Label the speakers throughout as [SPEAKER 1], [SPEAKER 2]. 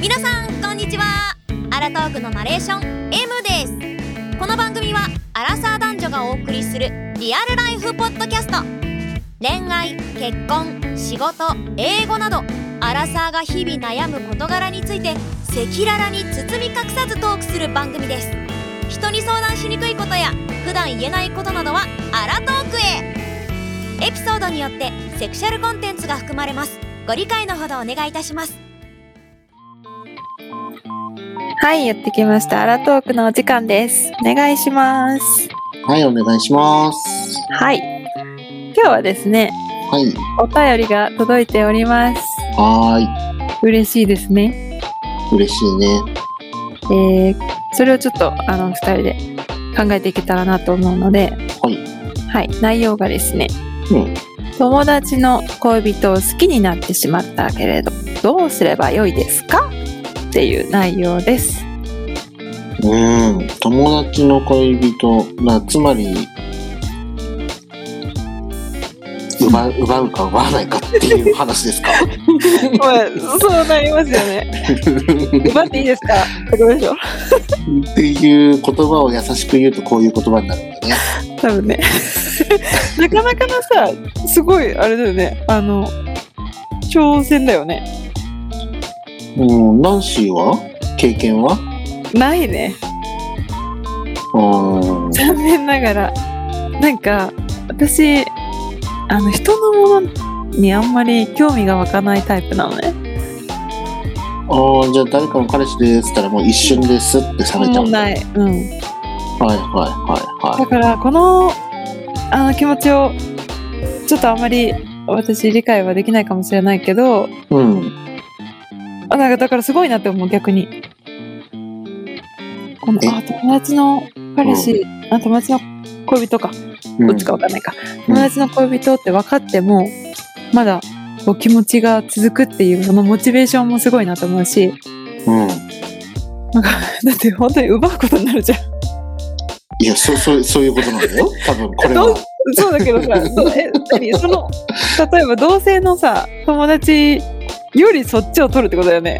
[SPEAKER 1] 皆さんこんにちはアラトークのナレーション M ですこの番組はアラサー男女がお送りするリアルライフポッドキャスト恋愛結婚仕事英語などアラサーが日々悩む事柄について赤裸々に包み隠さずトークする番組です人に相談しにくいことや普段言えないことなどはアラトークへエピソードによってセクシャルコンテンツが含まれますご理解のほどお願いいたします
[SPEAKER 2] はい、やってきました。アラトークのお時間です。お願いします。
[SPEAKER 3] はい、お願いします。
[SPEAKER 2] はい。今日はですね、
[SPEAKER 3] はい。
[SPEAKER 2] お便りが届いております。
[SPEAKER 3] は
[SPEAKER 2] 嬉しいですね。
[SPEAKER 3] ーい。嬉しいね。
[SPEAKER 2] えー、それをちょっと、あの、二人で考えていけたらなと思うので、
[SPEAKER 3] はい。
[SPEAKER 2] はい、内容がですね、
[SPEAKER 3] うん
[SPEAKER 2] 友達の恋人を好きになってしまったけれど、どうすればよいですかっていう内容です。
[SPEAKER 3] うん。友達の恋人、まあ、つまり、奪う、奪うか奪わないかっていう話ですか。
[SPEAKER 2] そうなりますよ ね。奪っていいですかどうでしょう
[SPEAKER 3] っていう言葉を優しく言うとこういう言葉になるんだね。
[SPEAKER 2] 多分ね なかなかのさすごいあれだよねあの挑戦だよね
[SPEAKER 3] うん、ナンシーは経験は
[SPEAKER 2] ないね
[SPEAKER 3] うん。
[SPEAKER 2] 残念ながらなんか私あの人のものにあんまり興味が湧かないタイプなのね
[SPEAKER 3] ああ、じゃあ誰かの彼氏ですったらもう一瞬ですってされちゃうんだ。は
[SPEAKER 2] ないい、うん、
[SPEAKER 3] はいはい
[SPEAKER 2] だ
[SPEAKER 3] は
[SPEAKER 2] からこのあの気持ちをちょっとあんまり私理解はできないかもしれないけど
[SPEAKER 3] い。うん。
[SPEAKER 2] あなんかだからすごいなって思う逆にこの
[SPEAKER 3] え
[SPEAKER 2] あ友達の彼氏、あ友達の恋人か
[SPEAKER 3] うん
[SPEAKER 2] どっちかわかんないか、友達の恋人って分かってもまだこう気持ちが続くっていうそのモチベーションもすごいなと思うし
[SPEAKER 3] うん。
[SPEAKER 2] だって本当に奪うことになるじゃん
[SPEAKER 3] いや、そう、そう、そういうことなんだ よ。多分、これ
[SPEAKER 2] ど
[SPEAKER 3] は
[SPEAKER 2] う。そうだけど さそうえ何その例えば同性のさ友達よりそっちを取るってことだよね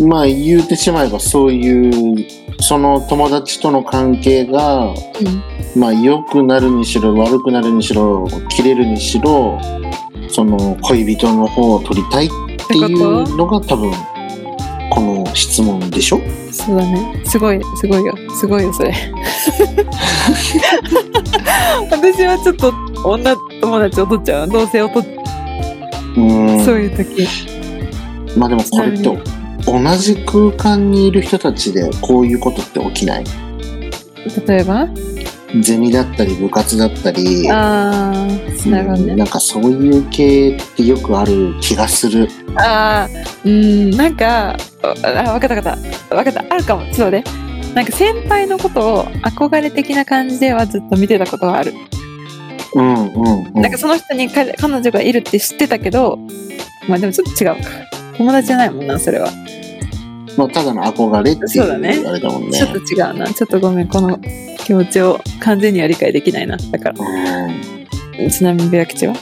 [SPEAKER 3] まあ、言うてしまえば、そういう、その友達との関係が、まあ、良くなるにしろ、悪くなるにしろ、切れるにしろ、その、恋人の方を取りたいっていうのが、多分、この質問でしょ
[SPEAKER 2] そうだね。すごい、すごいよ。すごいよ、それ。 私はちょっと女友達を取っちゃう。同性を取っ
[SPEAKER 3] う
[SPEAKER 2] そ
[SPEAKER 3] ん。
[SPEAKER 2] ういう時。
[SPEAKER 3] まあ、でも、これって
[SPEAKER 2] ちなみ、
[SPEAKER 3] 同じ空間にいる人たちで、こういうことって起きない。
[SPEAKER 2] 例えば
[SPEAKER 3] ゼミだったり、部活だったり、
[SPEAKER 2] あー、なるほど
[SPEAKER 3] うん
[SPEAKER 2] ね。
[SPEAKER 3] なんかそういう系ってよくある気がする。
[SPEAKER 2] あー、うん、なんか、あ、あわかったわかった。わかった。あるかも。そうね。なんか先輩のことを憧れ的な感じではずっと見てたことはある。
[SPEAKER 3] うんうん、うん。
[SPEAKER 2] なんかその人に彼彼女がいるって知ってたけど、まあでもちょっと違うか。友達じゃないもんな、それは。
[SPEAKER 3] まあ、ただの憧れってい
[SPEAKER 2] そうだね
[SPEAKER 3] うあれだもんね
[SPEAKER 2] ちょっと違うな。ちょっとごめん。この気持ちを完全には理解できないな。だから。ちなみに、ベラ吉は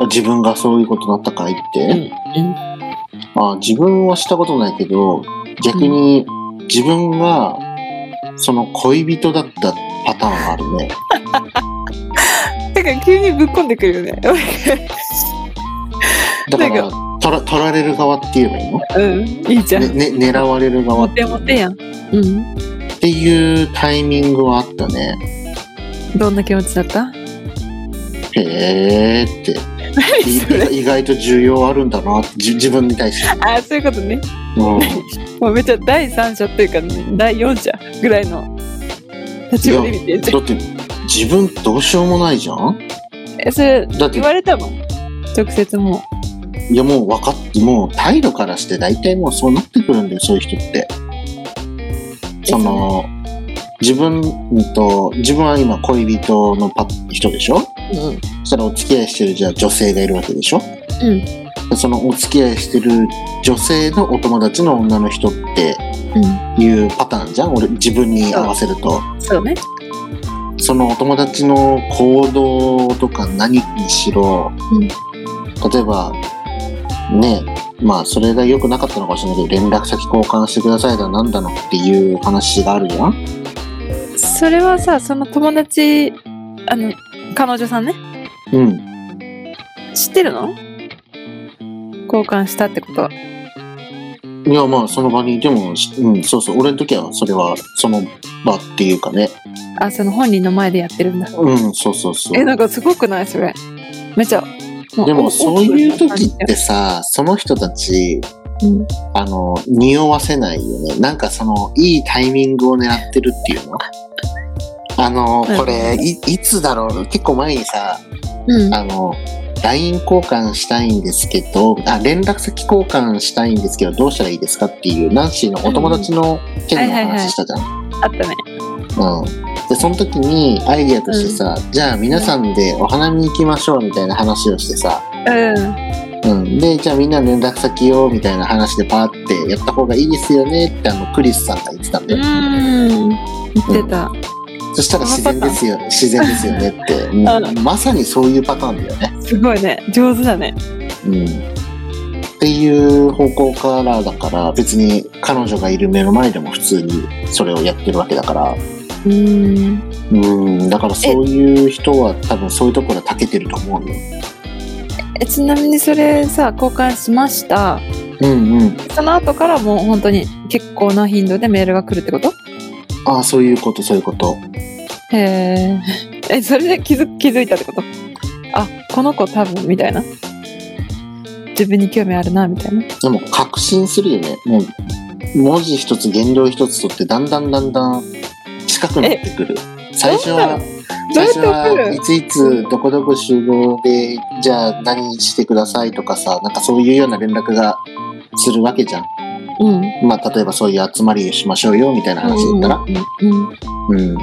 [SPEAKER 3] うん、自分がそういうことになったかいって、
[SPEAKER 2] うん。うん。
[SPEAKER 3] あ自分はしたことないけど逆に自分がその恋人だったパターンはあるね
[SPEAKER 2] だから急にぶっこんでくるよね。
[SPEAKER 3] だか
[SPEAKER 2] な
[SPEAKER 3] ら取ら取られる側って言えばいいの、
[SPEAKER 2] うん。いいじゃん。
[SPEAKER 3] ねね、狙われる
[SPEAKER 2] モ
[SPEAKER 3] 側って
[SPEAKER 2] テ
[SPEAKER 3] いうの
[SPEAKER 2] モテやん。うん。
[SPEAKER 3] っていうタイミングはあったね
[SPEAKER 2] どんな気持ちだった
[SPEAKER 3] へえってい
[SPEAKER 2] それ
[SPEAKER 3] 意外と需要あるんだなじ自分に対して、
[SPEAKER 2] ああ、そういうことね。
[SPEAKER 3] うん、
[SPEAKER 2] もうめっちゃ第三者というか、第四者ぐらいの立場で見てんじゃ
[SPEAKER 3] だって自分どうしようもないじゃん
[SPEAKER 2] ん。え、それ
[SPEAKER 3] だって
[SPEAKER 2] 言われたの直接もう。
[SPEAKER 3] いやもう分かってもう態度からして大体もうそうなってくるんだよそういう人ってその自分うんと自分は今恋人のパ人でしょ
[SPEAKER 2] うん。
[SPEAKER 3] そしたらお付き合いしてるじゃあ女性がいるわけでしょ
[SPEAKER 2] うん。
[SPEAKER 3] でそのお付き合いしてる女性のお友達の女の人って
[SPEAKER 2] う
[SPEAKER 3] いうパターンじゃん俺自分に合わせると、
[SPEAKER 2] ん。そうね。
[SPEAKER 3] そのお友達の行動とか何にしろ、
[SPEAKER 2] うん
[SPEAKER 3] 例えばねまあそれが良くなかったのかもしれないけど連絡先交換してくださいだなんだのっていう話があるじゃん
[SPEAKER 2] それはさその友達あの彼女さんね
[SPEAKER 3] うん
[SPEAKER 2] 知ってるの交換したってことはい
[SPEAKER 3] やまあその場にいてもしうんそうそう俺の時はそれはその場っていうかね
[SPEAKER 2] あその本人の前でやってるんだ
[SPEAKER 3] うんそうそうそう
[SPEAKER 2] えなんかすごくないそれめちゃう
[SPEAKER 3] で
[SPEAKER 2] お
[SPEAKER 3] もそういう時
[SPEAKER 2] お
[SPEAKER 3] ってさその人たち
[SPEAKER 2] うん
[SPEAKER 3] あの匂わせないよねなんかそのいいタイミングを狙ってるっていうのあのこれいいつだろう結構前にさ
[SPEAKER 2] うん
[SPEAKER 3] あの LINE 交換したいんですけどあ連絡先交換したいんですけどどうしたらいいですかっていうナンシーのお友達の件の
[SPEAKER 2] はいはいはい
[SPEAKER 3] 話したじゃん、
[SPEAKER 2] あったね
[SPEAKER 3] うん、でその時にアイディアとしてさ、じゃあ皆さんでお花見行きましょうみたいな話をしてさ、
[SPEAKER 2] うん
[SPEAKER 3] うん、でじゃあみんな連絡先をみたいな話でパーってやった方がいいですよねってあのクリスさんが言ってたんだよ、
[SPEAKER 2] うん言ってた
[SPEAKER 3] そしたら自然ですよ自然ですよねって、 うん
[SPEAKER 2] あ
[SPEAKER 3] まさにそういうパターンだよね、
[SPEAKER 2] すごいね上手だね
[SPEAKER 3] うん、っていう方向からだから別に彼女がいる目の前でも普通にそれをやってるわけだから
[SPEAKER 2] うん
[SPEAKER 3] うんだからそういう人は多分そういうところは長けてると思うよ
[SPEAKER 2] えちなみにそれさ交換しました
[SPEAKER 3] うんうん
[SPEAKER 2] その後からもう本当に結構な頻度でメールが来るってこと
[SPEAKER 3] ああそういうことそういうこと
[SPEAKER 2] へえ えそれで気づ気づいたってことあこの子多分みたいな自分に興味あるなみたいな
[SPEAKER 3] でも確信するよね。もう文字一つ原料一つとってだんだんだんだん近くなってくる。最初は
[SPEAKER 2] どう
[SPEAKER 3] 最
[SPEAKER 2] やっ
[SPEAKER 3] 初
[SPEAKER 2] て送
[SPEAKER 3] は
[SPEAKER 2] る
[SPEAKER 3] いついつどこどこ集合でじゃあ何してくださいとかさなんかそういうような連絡がするわけじゃん。
[SPEAKER 2] うん
[SPEAKER 3] まあ例えばそういう集まりしましょうよみたいな話だったら。
[SPEAKER 2] うんうん
[SPEAKER 3] うん。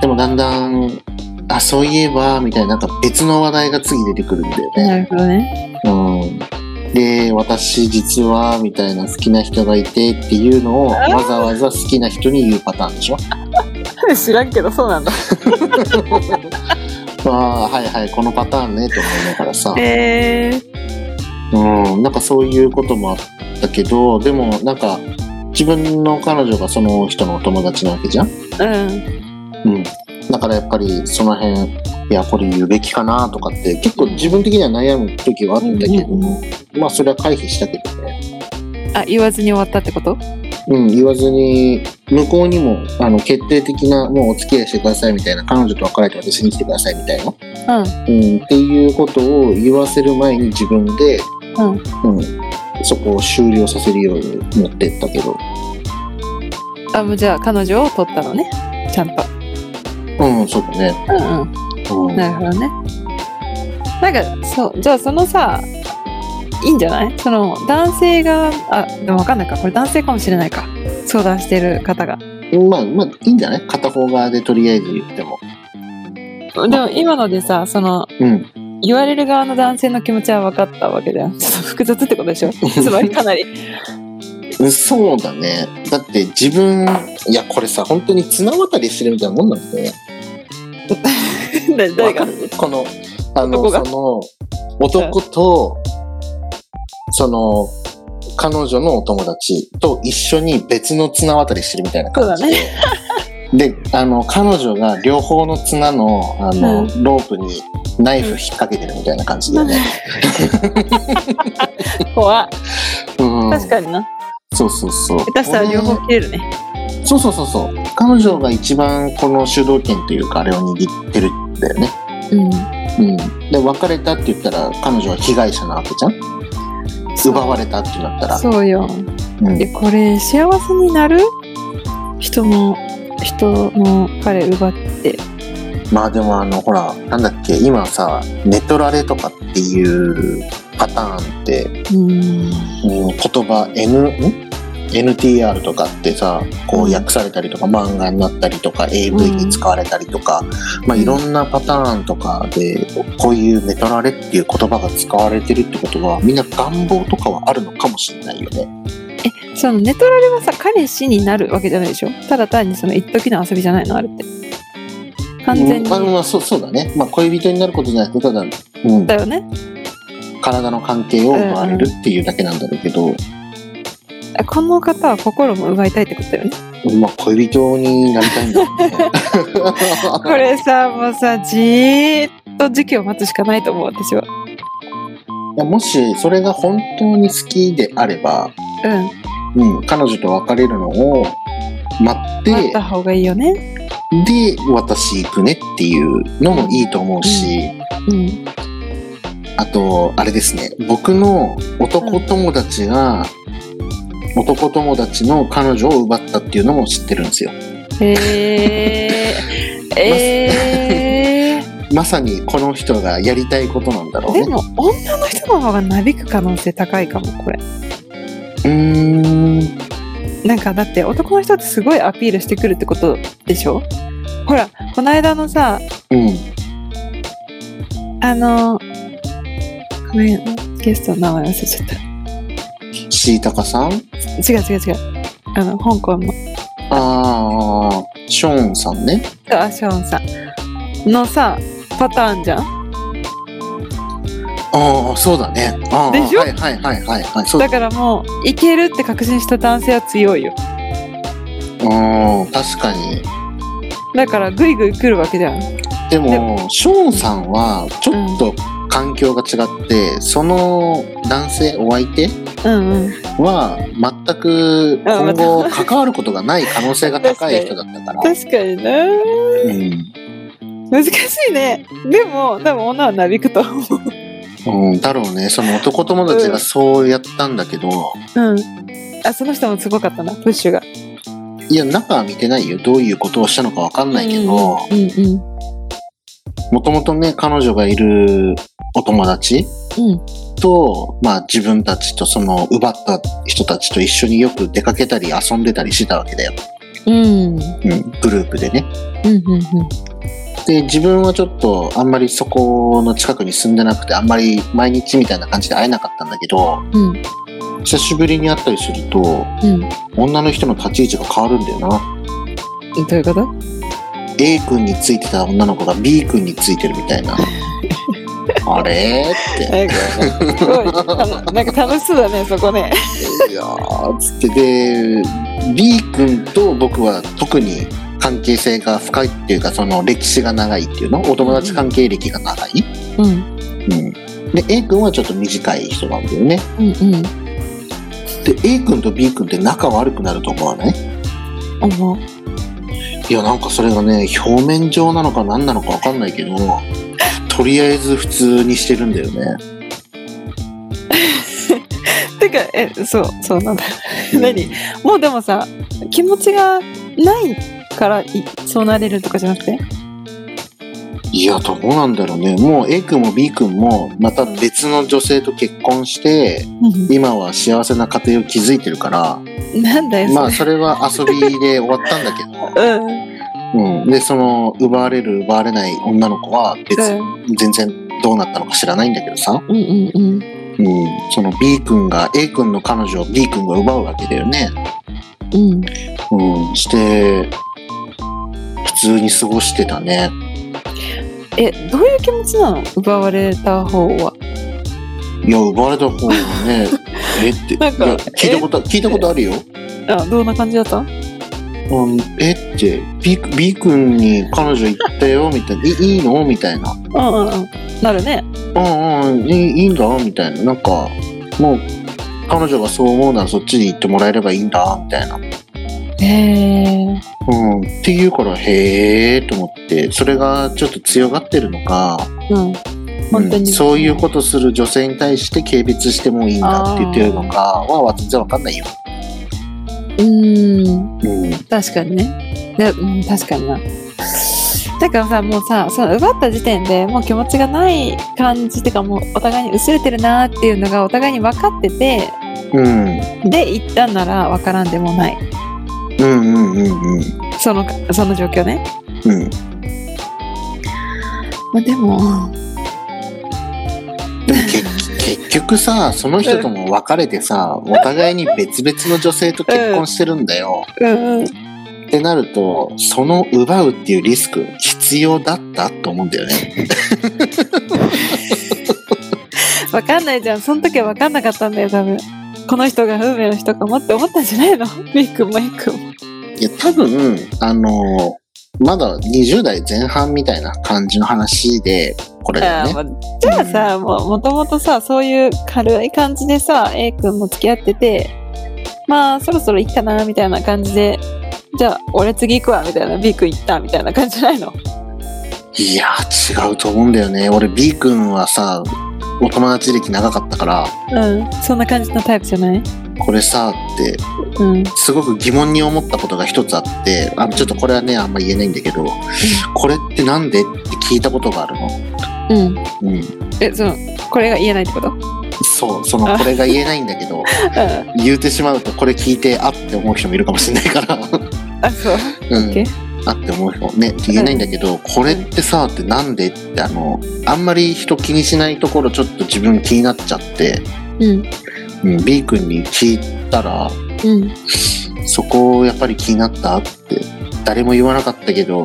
[SPEAKER 3] でもだんだんあそういえばみたいななんか別の話題が次出てくるんだよね。
[SPEAKER 2] なるほどね
[SPEAKER 3] うん、で私実はみたいな好きな人がいてっていうのをわざわざ好きな人に言うパターンでしょ
[SPEAKER 2] 知らんけどそうなんだ
[SPEAKER 3] ああはいはいこのパターンねと思いながらさ、
[SPEAKER 2] へえ
[SPEAKER 3] うん、なんかそういうこともあったけどでもなんか自分の彼女がその人のお友達なわけじゃん、
[SPEAKER 2] うん
[SPEAKER 3] うん、だからやっぱりその辺いやこれ言うべきかなとかって結構自分的には悩む時はあったんだけど、
[SPEAKER 2] うんうん
[SPEAKER 3] まあそれは回避したけどね
[SPEAKER 2] あ言わずに終わったってこと
[SPEAKER 3] うん、言わずに向こうにもあの決定的なもうお付き合いしてくださいみたいな彼女と別れて私に来てくださいみたいな、
[SPEAKER 2] うん
[SPEAKER 3] うん、っていうことを言わせる前に自分で、うんそこを終了させるように持ってったけど、
[SPEAKER 2] あもうじゃあ彼女を取ったのねちゃんと
[SPEAKER 3] うん、そうだね、
[SPEAKER 2] うんうん
[SPEAKER 3] うん
[SPEAKER 2] なるほどね。なんかそうじゃあそのさいいんじゃないその男性があでも分かんないかこれ男性かもしれないか相談してる方が。
[SPEAKER 3] まあまあいいんじゃない片方側でとりあえず言っても、
[SPEAKER 2] でも今のでさその
[SPEAKER 3] うん、
[SPEAKER 2] 言われる側の男性の気持ちは分かったわけじゃん ちょっと複雑ってことでしょ つまりかなり。
[SPEAKER 3] うんそうだねだって自分いやこれさ本当に綱渡りしてるみたいなもんなんだよね
[SPEAKER 2] 誰誰が
[SPEAKER 3] わかるこのあの
[SPEAKER 2] 男が
[SPEAKER 3] その男とその彼女のお友達と一緒に別の綱渡りしてるみたいな感じで、であの彼女が両方の綱のあの、
[SPEAKER 2] う
[SPEAKER 3] ロープにナイフ引っ掛けてるみたいな感じだよね、
[SPEAKER 2] 怖
[SPEAKER 3] うん、
[SPEAKER 2] 確かにな。
[SPEAKER 3] そうそうそう
[SPEAKER 2] 下手したら両方切れるね。
[SPEAKER 3] そうそうそうそう彼女が一番この主導権というかあれを握ってるんだよね、
[SPEAKER 2] うん
[SPEAKER 3] うん、で別れたって言ったら彼女は被害者なわけじゃん奪われたってなったら
[SPEAKER 2] そうよ。
[SPEAKER 3] うん
[SPEAKER 2] えこれ幸せになる人の人の彼奪って
[SPEAKER 3] まあでもあのほらなんだっけ今さネトラレとかっていうパターンって、
[SPEAKER 2] うん
[SPEAKER 3] うん、言葉 N ん NTR とかってさこう訳されたりとか漫画になったりとか AV に使われたりとか、まあ、いろんなパターンとかでこういうネトラレっていう言葉が使われてるってことはみんな願望とかはあるのかもしれないよね。
[SPEAKER 2] そのネトラレはさ彼氏になるわけじゃないでしょただ単にその一時の遊びじゃないのあれって完全
[SPEAKER 3] う
[SPEAKER 2] に
[SPEAKER 3] んまあまあそうそうだね、まあ、恋人になることじゃなくてただ、うん
[SPEAKER 2] だよね
[SPEAKER 3] 体の関係を奪われるっていうだけなんだろうけど、
[SPEAKER 2] あこの方は心も奪いたいってことよね。
[SPEAKER 3] まあ恋人になりたいんだよね
[SPEAKER 2] こ れさ、もうさ、じーっと時期を待つしかないと思う、私は。
[SPEAKER 3] いやもしそれが本当に好きであれば、
[SPEAKER 2] うん。
[SPEAKER 3] うん、彼女と別れるのを待って
[SPEAKER 2] 待った方がいいよね。
[SPEAKER 3] で私行くねっていうのもいいと思うし、
[SPEAKER 2] うん。
[SPEAKER 3] あとあれですね僕の男友達が、男友達の彼女を奪ったっていうのも知ってるんですよ
[SPEAKER 2] えー、え
[SPEAKER 3] まさにこの人がやりたいことなんだろ
[SPEAKER 2] ー、
[SPEAKER 3] う
[SPEAKER 2] で
[SPEAKER 3] ね
[SPEAKER 2] も女の人の方がなびく可能性高いかも、これ。
[SPEAKER 3] うーん
[SPEAKER 2] なんかだって男の人ってすごいアピールしてくるってことでしょほら、この間のさ、
[SPEAKER 3] うん
[SPEAKER 2] あの、ごめん、ゲストの名前忘れちゃった。
[SPEAKER 3] しいたかさん
[SPEAKER 2] 違う違う違う。あの、香港の、
[SPEAKER 3] ああショーンさんね
[SPEAKER 2] あ、ショーンさんのさ、パターンじゃん。
[SPEAKER 3] ああそうだねあー
[SPEAKER 2] でしょ
[SPEAKER 3] はいはいはいはいはいそうだ
[SPEAKER 2] だからもう、いけるって確信した男性は強いよ。
[SPEAKER 3] うん確かに
[SPEAKER 2] だから、ぐいぐい来るわけじゃん。
[SPEAKER 3] でも
[SPEAKER 2] で
[SPEAKER 3] ショーンさんはちょっと環境が違って、その男性お相手
[SPEAKER 2] うんうん。
[SPEAKER 3] は全く
[SPEAKER 2] あ
[SPEAKER 3] 今
[SPEAKER 2] また
[SPEAKER 3] 後関わることがない可能性が高い人だったから、
[SPEAKER 2] 確かにな。
[SPEAKER 3] うん
[SPEAKER 2] 難しいね。でも、多分女はなびくと思う。
[SPEAKER 3] うん、だろうねその男友達がそうやったんだけ
[SPEAKER 2] う
[SPEAKER 3] ど、
[SPEAKER 2] ん。あ、その人もすごかったな、プッシュが。
[SPEAKER 3] いや中は見てないよどういうことをしたのかわかんないけど
[SPEAKER 2] うんうん。
[SPEAKER 3] もともとね彼女がいるお友達
[SPEAKER 2] うん。
[SPEAKER 3] と、まあ、自分たちとその奪った人たちと一緒によく出かけたり遊んでたりしてたわけだよ、
[SPEAKER 2] うん。
[SPEAKER 3] うん、グループでね。
[SPEAKER 2] うんうんうん。
[SPEAKER 3] で自分はちょっとあんまりそこの近くに住んでなくてあんまり毎日みたいな感じで会えなかったんだけど
[SPEAKER 2] うん
[SPEAKER 3] 久しぶりに会ったりすると
[SPEAKER 2] うん。
[SPEAKER 3] 女の人の立ち位置が変わるんだよな
[SPEAKER 2] どういうこと
[SPEAKER 3] A 君についてた女の子が B 君についてるみたいなあれって
[SPEAKER 2] えすごいあのなんか楽しそうだねそこね
[SPEAKER 3] いやーつってで B 君と僕は特に関係性が深いっていうかその歴史が長いっていうのお友達関係歴が長い、
[SPEAKER 2] うん
[SPEAKER 3] うん、で A 君はちょっと短い人なんだよね
[SPEAKER 2] うんうん
[SPEAKER 3] で A 君と B 君って仲悪くなると思わない
[SPEAKER 2] 思う
[SPEAKER 3] いやなんかそれがね表面上なのか何なのか分かんないけどとりあえず普通にしてるんだよね
[SPEAKER 2] てかえそうそうなんだ何もうでもさ気持ちがないからいそうなれるとかじゃなくて
[SPEAKER 3] いやどうなんだろうねもう A 君も B 君もまた別の女性と結婚して今は幸せな家庭を築いてるから
[SPEAKER 2] なんだよそれ
[SPEAKER 3] まあそれは遊びで終わったん だけど、
[SPEAKER 2] うん
[SPEAKER 3] うん、でその奪われる奪われない女の子は別
[SPEAKER 2] うん
[SPEAKER 3] 全然どうなったのか知らないんだけどさ、
[SPEAKER 2] うんうん
[SPEAKER 3] うん、その B 君が A 君の彼女を B 君が奪うわけだよね。
[SPEAKER 2] うん
[SPEAKER 3] うん、して普通に過ごしてたね。
[SPEAKER 2] えどういう気持ちなの奪われた方はい
[SPEAKER 3] や奪われた方が ねえってい
[SPEAKER 2] な
[SPEAKER 3] や
[SPEAKER 2] んか
[SPEAKER 3] 聞いたこと聞いたことあるよ。
[SPEAKER 2] あどんな感じだった
[SPEAKER 3] うん、えって B, B 君に彼女行ったよみたいな「いいいの?」みたいな「
[SPEAKER 2] うんうんうんなるね
[SPEAKER 3] うんうんいいいいんだ」みたいななんかもう彼女がそう思うならそっちに行ってもらえればいいんだみたいな。
[SPEAKER 2] へえ
[SPEAKER 3] うん、っていうからへえと思ってそれがちょっと強がってるのか
[SPEAKER 2] うん本当
[SPEAKER 3] うん
[SPEAKER 2] に
[SPEAKER 3] そういうことする女性に対して軽蔑してもいいんだって言ってるのかは全然わかんないよ、
[SPEAKER 2] うん
[SPEAKER 3] うん、
[SPEAKER 2] 確かにねで、うん、確かになだからさもうさその奪った時点でもう気持ちがない感じっていうかもうお互いに薄れてるなっていうのがお互いに分かってて
[SPEAKER 3] うん
[SPEAKER 2] で一旦なら分からんでもない
[SPEAKER 3] うんうんうんうん
[SPEAKER 2] そのその状況ね、
[SPEAKER 3] うん
[SPEAKER 2] まあ、でも
[SPEAKER 3] でも結結局さその人とも別れてさお互いに別々の女性と結婚してるんだよ、
[SPEAKER 2] うんうん
[SPEAKER 3] ってなるとその奪うっていうリスク必要だったと思うんだよね
[SPEAKER 2] わかんないじゃん。その時はわかんなかったんだよ、多分。この人が運命の人かもって思ったんじゃないのメイクもメイクも。
[SPEAKER 3] いや、多分、あのまだ20代前半みたいな感じの話で、これだ
[SPEAKER 2] あ
[SPEAKER 3] よね。
[SPEAKER 2] ーもうじゃあさ、もうもともとさ、そういう軽い感じでさ、A 君も付き合ってて、まあそろそろいいかな、みたいな感じで、じゃあ俺次行くわ、みたいな、B 君行った、みたいな感じじゃないの
[SPEAKER 3] いや、違うと思うんだよね。俺、B 君はさ、お友達歴長かったから、
[SPEAKER 2] うん。そんな感じのタイプじゃない
[SPEAKER 3] これさ、って、
[SPEAKER 2] うん。
[SPEAKER 3] すごく疑問に思ったことが一つあって、あちょっとこれはね、あんま言えないんだけど、これってなんでって聞いたことがあるの。
[SPEAKER 2] うん。
[SPEAKER 3] うん。
[SPEAKER 2] え、その、これが言えないってこと
[SPEAKER 3] そう、その、これが言えないんだけ ど、
[SPEAKER 2] うん。
[SPEAKER 3] 言うてしまうと、これ聞いて、あって思う人もいるかもしれない から、う
[SPEAKER 2] あ、そう。
[SPEAKER 3] ん。あって思う人もね、言えないんだけど、これってさ、ってなんでって、あの、あんまり人気にしないところ、ちょっと自分気になっちゃって、
[SPEAKER 2] うん。
[SPEAKER 3] うん、B 君に聞いたら、
[SPEAKER 2] うん。
[SPEAKER 3] そこをやっぱり気になったって、誰も言わなかったけど、っ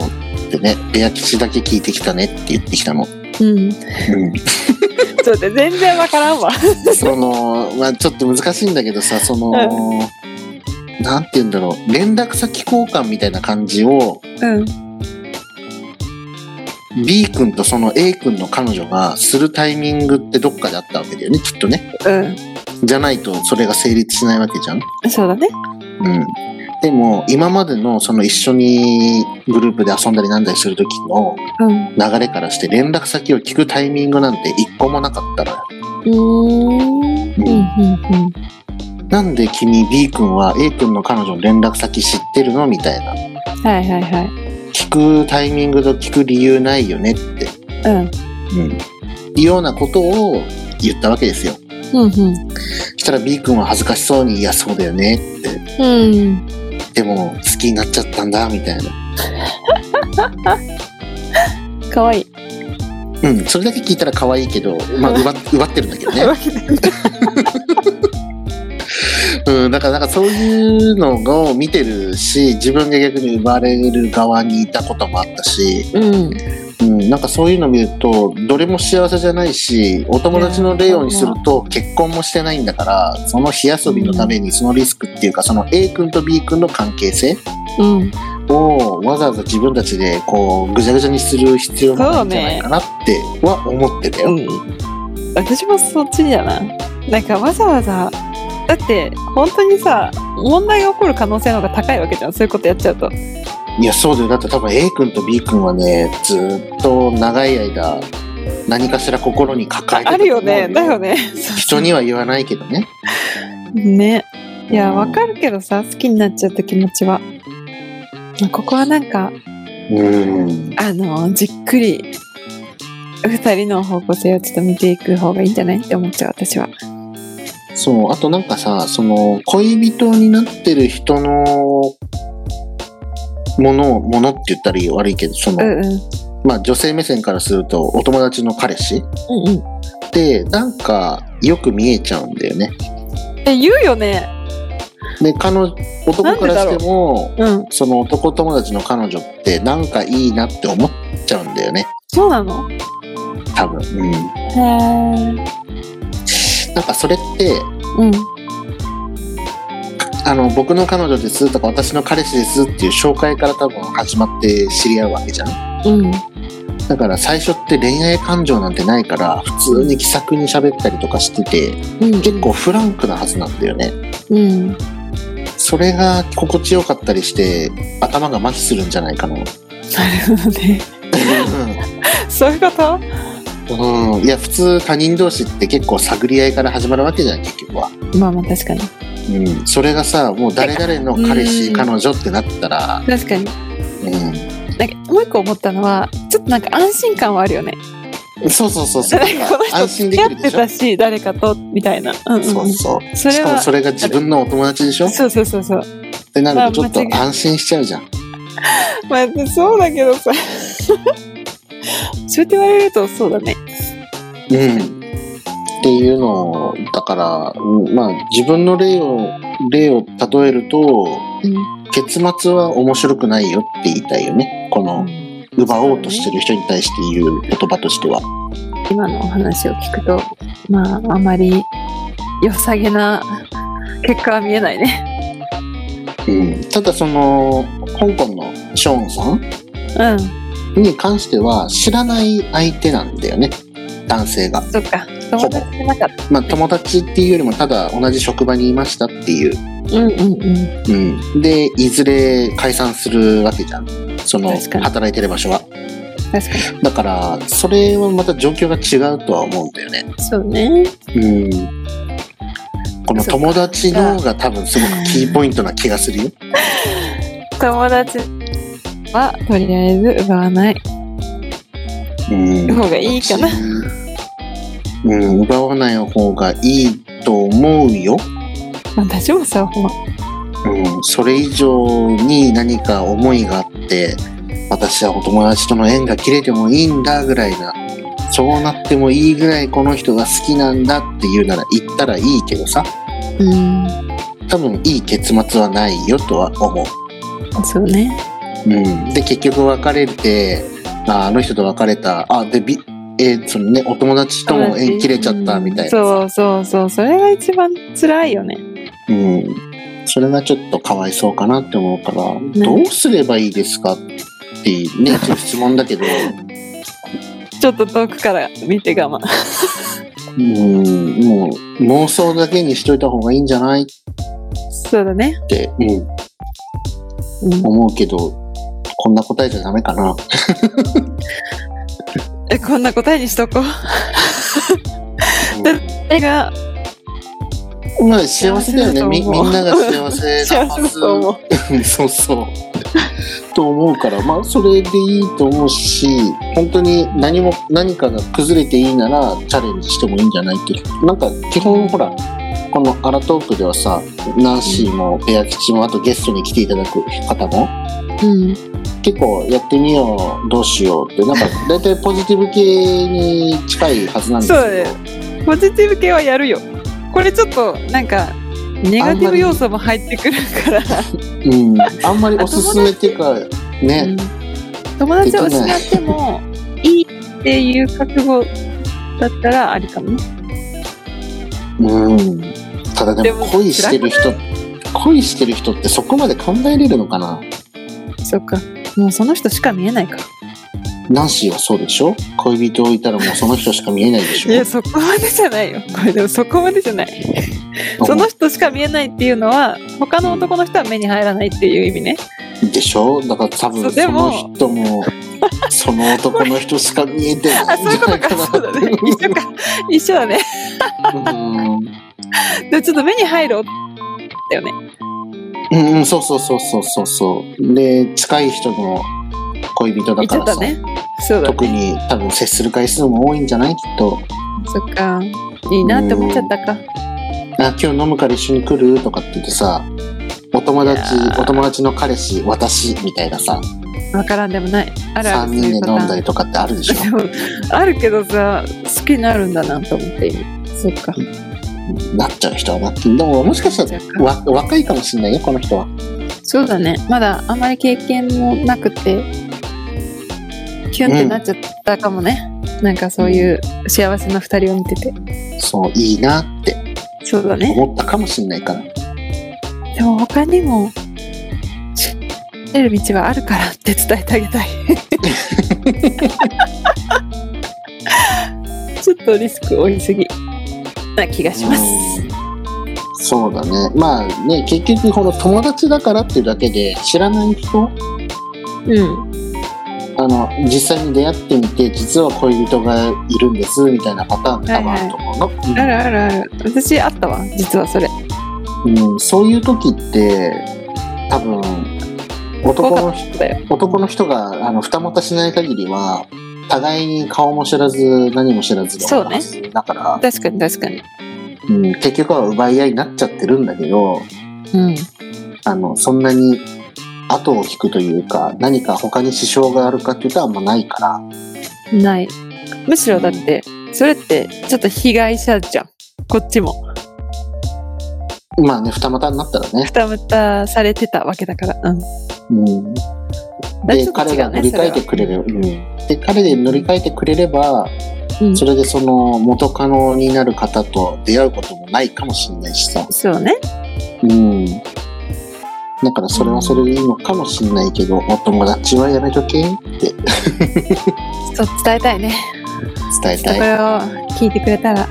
[SPEAKER 3] てね、レア吉だけ聞いてきたねって言ってきたの。
[SPEAKER 2] うん。ち
[SPEAKER 3] う
[SPEAKER 2] ょっと待って、全然わからんわ。
[SPEAKER 3] ん、その、まあちょっと難しいんだけどさ、その、なんて言うんだろう、連絡先交換みたいな感じを、
[SPEAKER 2] うん。
[SPEAKER 3] B 君とその A 君の彼女がするタイミングってどっかであったわけだよね、きっとね。
[SPEAKER 2] う
[SPEAKER 3] じゃないとそれが成立しないわけじゃん。
[SPEAKER 2] ん。そうだね。
[SPEAKER 3] うん。でも、今までのその一緒にグループで遊んだりなんだりする時の
[SPEAKER 2] うん。
[SPEAKER 3] 流れからして連絡先を聞くタイミングなんて一個もなかったのよ。
[SPEAKER 2] うん。うん。うん。
[SPEAKER 3] なんで君 B 君は A 君の彼女の連絡先知ってるのみたいな。
[SPEAKER 2] はいはいはい。
[SPEAKER 3] 聞くタイミングと聞く理由ないよねって。
[SPEAKER 2] うん。
[SPEAKER 3] うん。ようなことを言ったわけですよ。
[SPEAKER 2] うんうん。
[SPEAKER 3] したら B 君は恥ずかしそうに、いや、そうだよねって。
[SPEAKER 2] うん。
[SPEAKER 3] でも、好きになっちゃったんだ、みたいな。
[SPEAKER 2] かわいい。
[SPEAKER 3] うん。それだけ聞いたら可愛いけど、 まあ、奪っ奪ってるんだけどね。うん、だからなんかそういうのを見てるし自分が逆に奪われる側にいたこともあったし、
[SPEAKER 2] うん。
[SPEAKER 3] うん、なんかそういうの見るとどれも幸せじゃないしお友達の例にすると結婚もしてないんだからその火遊びのためにそのリスクっていうかその A 君と B 君の関係性
[SPEAKER 2] うん。
[SPEAKER 3] をわざわざ自分たちでこうぐちゃぐちゃにする必要がないんじゃないかなっては思ってたよ。
[SPEAKER 2] うん。私もそっちだな。なんかわざわざ、だって本当にさ、問題が起こる可能性の方が高いわけじゃん。そういうことやっちゃうと。
[SPEAKER 3] いや、そうだよ。だって多分 A 君と B 君はね、ずっと長い間、何かしら心に抱えて
[SPEAKER 2] あ
[SPEAKER 3] た
[SPEAKER 2] る
[SPEAKER 3] と思
[SPEAKER 2] よ
[SPEAKER 3] う
[SPEAKER 2] ね。だよね。
[SPEAKER 3] 人には言わないけどね。
[SPEAKER 2] ね。いや、わかるけどさ、好きになっちゃった気持ちは。ここはなんか、
[SPEAKER 3] うん。
[SPEAKER 2] あの、じっくり、二人の方向性をちょっと見ていく方がいいんじゃないって思っちゃう、私は。
[SPEAKER 3] そう。あとなんかさ、その、恋人になってる人の、もの、ものって言ったら悪いけど、その、
[SPEAKER 2] うんうん。
[SPEAKER 3] まあ女性目線からすると、お友達の彼氏
[SPEAKER 2] うんうん。
[SPEAKER 3] って、なんか、よく見えちゃうんだよね。
[SPEAKER 2] え、言うよね。
[SPEAKER 3] で、彼女、男からしても、
[SPEAKER 2] うん。
[SPEAKER 3] その男友達の彼女ってなんかいいなって思っちゃうんだよね
[SPEAKER 2] そうなのへ
[SPEAKER 3] 多分、うん、
[SPEAKER 2] え。
[SPEAKER 3] なんかそれって
[SPEAKER 2] うん。
[SPEAKER 3] あの僕の彼女ですとか私の彼氏ですっていう紹介から多分始まって知り合うわけじゃん
[SPEAKER 2] うん。
[SPEAKER 3] だから最初って恋愛感情なんてないから普通に気さくに喋ったりとかしてて
[SPEAKER 2] うん。
[SPEAKER 3] 結構フランクなはずなんだよね
[SPEAKER 2] うん。
[SPEAKER 3] それが心地よかったりして頭が麻痺するんじゃないかな
[SPEAKER 2] なるほどね。 そういうこと
[SPEAKER 3] うん、いや普通他人同士って結構探り合いから始まるわけじゃん結局は
[SPEAKER 2] まあまあ確かに。
[SPEAKER 3] うん、それがさもう誰々の彼氏
[SPEAKER 2] うん
[SPEAKER 3] 彼女ってなったら、
[SPEAKER 2] 確かに。
[SPEAKER 3] う
[SPEAKER 2] なんかもう一個思ったのは、ちょっとなんか安心感はあるよね。
[SPEAKER 3] ん、そうそうそうそう
[SPEAKER 2] なんかこの人
[SPEAKER 3] 安
[SPEAKER 2] 付
[SPEAKER 3] 心
[SPEAKER 2] き
[SPEAKER 3] で
[SPEAKER 2] 合
[SPEAKER 3] き
[SPEAKER 2] っ
[SPEAKER 3] る
[SPEAKER 2] て
[SPEAKER 3] でしょ
[SPEAKER 2] たし、誰かと、みたいな。うんうん。
[SPEAKER 3] そうそう
[SPEAKER 2] それ
[SPEAKER 3] しかも
[SPEAKER 2] は、
[SPEAKER 3] それが自分のお友達でしょっ
[SPEAKER 2] そうそうそうそう。
[SPEAKER 3] てなるとちょっ
[SPEAKER 2] まあ間違い
[SPEAKER 3] と安心しちゃうじゃん
[SPEAKER 2] まあそうだけどさ。そうやって言われるとそうだね。
[SPEAKER 3] うんっていうのをだから、うんまあ自分の例を例を例えると
[SPEAKER 2] うん。
[SPEAKER 3] 結末は面白くないよって言いたいよねこの奪おうとしてる人に対して言う言葉としては
[SPEAKER 2] 今のお話を聞くとまああまり良さげな結果は見えないね
[SPEAKER 3] うん、ただその香港のショーンさん
[SPEAKER 2] うん
[SPEAKER 3] に関しては知らない相手なんだよね男性が、
[SPEAKER 2] そっか友達じゃなかった
[SPEAKER 3] まあ、友達っていうよりもただ同じ職場にいましたっていう、
[SPEAKER 2] うんうんうん
[SPEAKER 3] うん、でいずれ解散するわけじゃんその
[SPEAKER 2] 確かに
[SPEAKER 3] 働いてる場所は
[SPEAKER 2] 確か
[SPEAKER 3] だからそれはまた状況が違うとは思うんだよね
[SPEAKER 2] にそうね
[SPEAKER 3] うんこの
[SPEAKER 2] そうか
[SPEAKER 3] 友達のが多分すごくキーポイントな気がするよ
[SPEAKER 2] 友達はとりあえず奪わない
[SPEAKER 3] うん
[SPEAKER 2] 方がいいかな
[SPEAKER 3] うん、奪わない方がいいと思うよ。
[SPEAKER 2] 私もさほんま
[SPEAKER 3] うん、それ以上に何か思いがあって、私はお友達との縁が切れてもいいんだぐらいな、そうなってもいいぐらいこの人が好きなんだっていうなら言ったらいいけどさ、
[SPEAKER 2] うん
[SPEAKER 3] 多分いい結末はないよとは思う。
[SPEAKER 2] そうね
[SPEAKER 3] うん、で結局別れてああの人と別れたあでび、えーそのね、お友達とも縁切れちゃったみたいなさ、
[SPEAKER 2] そうそうそうそれが一番辛いよね
[SPEAKER 3] うん、それがちょっとかわいそうかなって思うから、どうすればいいですかっていう ねちょっと質問だけど
[SPEAKER 2] ちょっと遠くから見て我慢
[SPEAKER 3] うんもう妄想だけにしといた方がいいんじゃないっ
[SPEAKER 2] そうだね
[SPEAKER 3] て、うん、
[SPEAKER 2] うん
[SPEAKER 3] 思うけどこんな答えじゃダメか な。
[SPEAKER 2] えこんな答えにしとこう誰が
[SPEAKER 3] うん、まあ幸せだよねみみんなが 幸せ
[SPEAKER 2] 幸
[SPEAKER 3] な
[SPEAKER 2] せ
[SPEAKER 3] は
[SPEAKER 2] だ
[SPEAKER 3] ず
[SPEAKER 2] と思う
[SPEAKER 3] うんそうそう。と思うから、まあ、それでいいと思うし、本当に何も、何かが崩れていいなら、チャレンジしてもいいんじゃないっていう。なんか、基本、ほら、このアラトークではさ、ナンシーもペア吉も、あとゲストに来ていただく方も、
[SPEAKER 2] うん
[SPEAKER 3] 結構やってみよう、どうしようって、なんか、 大体ポジティブ系に近いはずなんです
[SPEAKER 2] そうだよポジティブ系はやるよこれちょっとなんかネガティブ要素も入ってくるから
[SPEAKER 3] けど、うん。あんまりおすすめっていうか、ね、
[SPEAKER 2] 友達を失ってもいいっていう覚悟だったらありかもね
[SPEAKER 3] うん。ただで
[SPEAKER 2] で
[SPEAKER 3] も
[SPEAKER 2] も
[SPEAKER 3] 恋してる人、恋してる人ってそこまで考えれるのかな
[SPEAKER 2] そっかもうその人しか見えないか
[SPEAKER 3] ナンシーはそうでしょ恋人いたらもうその人しか見えないでし
[SPEAKER 2] いや
[SPEAKER 3] ょ
[SPEAKER 2] そこまでじゃないよこれでもそこまでじゃないその人しか見えないっていうのは他の男の人は目に入らないっていう意味ね
[SPEAKER 3] でしょだから多分
[SPEAKER 2] そうで
[SPEAKER 3] その
[SPEAKER 2] も
[SPEAKER 3] 人も、その男の人しか見えて な
[SPEAKER 2] あ
[SPEAKER 3] いん
[SPEAKER 2] そう
[SPEAKER 3] じ
[SPEAKER 2] いうこと
[SPEAKER 3] ゃないか
[SPEAKER 2] か
[SPEAKER 3] な
[SPEAKER 2] そうだね一緒か一緒だね
[SPEAKER 3] うん
[SPEAKER 2] でもちょっと目に入るだよね
[SPEAKER 3] うんうん、そうそうそうそうそうそう。で、近い人の恋人だ
[SPEAKER 2] 言っ
[SPEAKER 3] か
[SPEAKER 2] ちゃっ
[SPEAKER 3] ら
[SPEAKER 2] た
[SPEAKER 3] さ、
[SPEAKER 2] ねそうだね
[SPEAKER 3] 特に多分接する回数も多いんじゃないきっと。
[SPEAKER 2] そっかいいなって思っちゃったか
[SPEAKER 3] あ今日飲むから一緒に来るとかって言ってさお友達
[SPEAKER 2] いやー
[SPEAKER 3] お友達の彼氏私みたいなさ
[SPEAKER 2] わからんでもないあるあ
[SPEAKER 3] 3
[SPEAKER 2] るそういうパ
[SPEAKER 3] 人で
[SPEAKER 2] タ
[SPEAKER 3] 飲
[SPEAKER 2] ー
[SPEAKER 3] ん
[SPEAKER 2] ン
[SPEAKER 3] だりとかってあるでしょ
[SPEAKER 2] でもあるけどさ好きになるんだなと思ってそっか
[SPEAKER 3] なっちゃう人はなってでももしかした
[SPEAKER 2] なっちゃう
[SPEAKER 3] ら
[SPEAKER 2] か
[SPEAKER 3] わ若いかもしれないよこの人は
[SPEAKER 2] そうだねまだあまり経験もなくてキュンってなっちゃったかもね、なんかそういう幸せな2人を見てて
[SPEAKER 3] そういいなって
[SPEAKER 2] そうだね
[SPEAKER 3] 思ったかもしれないから
[SPEAKER 2] でも他にも知ってる道はあるからって伝えてあげた いちょっとリスク多いすぎな気がします
[SPEAKER 3] うんそうだねまあね結局この友達だからっていうだけで知らない人
[SPEAKER 2] うん
[SPEAKER 3] あの実際に出会ってみて実は恋人がいるんですみたいなパターン多分あると思うの、うん
[SPEAKER 2] あるあるある私あったわ実はそれ
[SPEAKER 3] うん、そういう時って多分男の人
[SPEAKER 2] だよ
[SPEAKER 3] 男の人があの二股しない限りは互いに顔も知らず何も知らずの
[SPEAKER 2] そうね
[SPEAKER 3] 話だから
[SPEAKER 2] 確かに確かに
[SPEAKER 3] う、ん、結局は奪い合いになっちゃってるんだけど
[SPEAKER 2] うん
[SPEAKER 3] あのそんなに後を引くというか何か他に支障があるかっていうとあんまないから
[SPEAKER 2] ないむしろだってそれってちょっと被害者じゃんこっちも
[SPEAKER 3] まあね二股になったらね、
[SPEAKER 2] 二股されてたわけだからうん
[SPEAKER 3] うん、
[SPEAKER 2] だ
[SPEAKER 3] で
[SPEAKER 2] ちょっと違うね
[SPEAKER 3] 彼が乗り換えてくれる、うん、で彼で乗り換えてくれれば
[SPEAKER 2] うん
[SPEAKER 3] それでその元カノになる方と出会うこともないかもしれないしさ。
[SPEAKER 2] そうね。
[SPEAKER 3] うん。だからそれはそれでいいのかもしれないけど、お友達はやめとけって
[SPEAKER 2] そう、伝えたいね。
[SPEAKER 3] 伝え
[SPEAKER 2] こ
[SPEAKER 3] たい。
[SPEAKER 2] れを聞いてくれたら、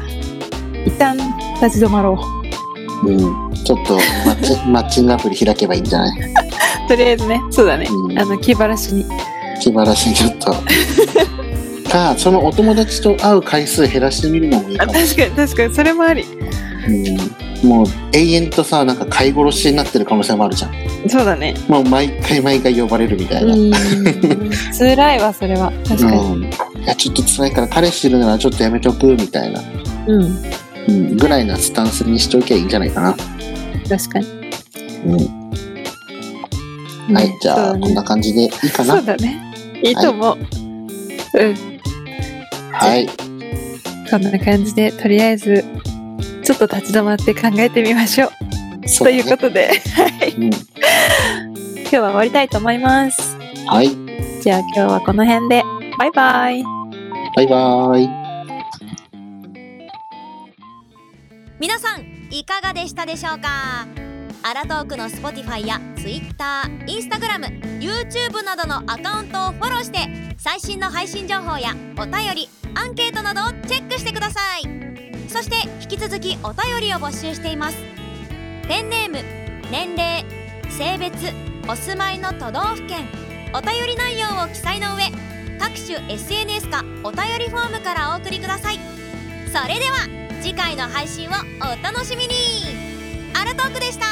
[SPEAKER 2] 一旦立ち止まろう。
[SPEAKER 3] うん。ちょっとマッ チマッチングアプリ開けばいいんじゃない
[SPEAKER 2] とりあえずね、そうだね。
[SPEAKER 3] うん
[SPEAKER 2] あの、気晴らしに。
[SPEAKER 3] 気晴らしいちょ っと。か、そのお友達と会う回数減らしてみるのもいいか
[SPEAKER 2] あ
[SPEAKER 3] も。
[SPEAKER 2] 確かに、確かに、それもあり。
[SPEAKER 3] うん、もう永遠とさ、なんか飼い殺しになってる可能性もあるじゃん。
[SPEAKER 2] そうだね。
[SPEAKER 3] もう毎回毎回呼ばれるみたいな。
[SPEAKER 2] うん。辛いわ、それは。確かに。
[SPEAKER 3] うん、いやちょっと辛いから彼氏いるならちょっとやめとくみたいな、
[SPEAKER 2] うん。
[SPEAKER 3] うん、ぐらいなスタンスにしておきゃいいんじゃないかな、
[SPEAKER 2] 確かに。
[SPEAKER 3] うん、
[SPEAKER 2] うん
[SPEAKER 3] はいじゃあ、
[SPEAKER 2] そうだね
[SPEAKER 3] こんな感じでいいか
[SPEAKER 2] そ
[SPEAKER 3] な
[SPEAKER 2] うだね。いいと思う。うん。
[SPEAKER 3] はい
[SPEAKER 2] こんな感じで、とりあえず、ちょっと立ち止まって考えてみましょう。ということで、
[SPEAKER 3] と、うん、
[SPEAKER 2] 今日は終わりたいと思います。
[SPEAKER 3] はい
[SPEAKER 2] じゃあ今日はこの辺で、バイバイ。
[SPEAKER 3] バイバーイ
[SPEAKER 1] 皆さんいかがでしたでしょうかアラトークの Spotify や TwitterInstagramYouTube などのアカウントをフォローして最新の配信情報やお便りアンケートなどをチェックしてくださいそして引き続きお便りを募集していますペンネーム年齢性別お住まいの都道府県お便り内容を記載の上各種 SNS かお便りフォームからお送りくださいそれでは次回の配信をお楽しみにアラトークでした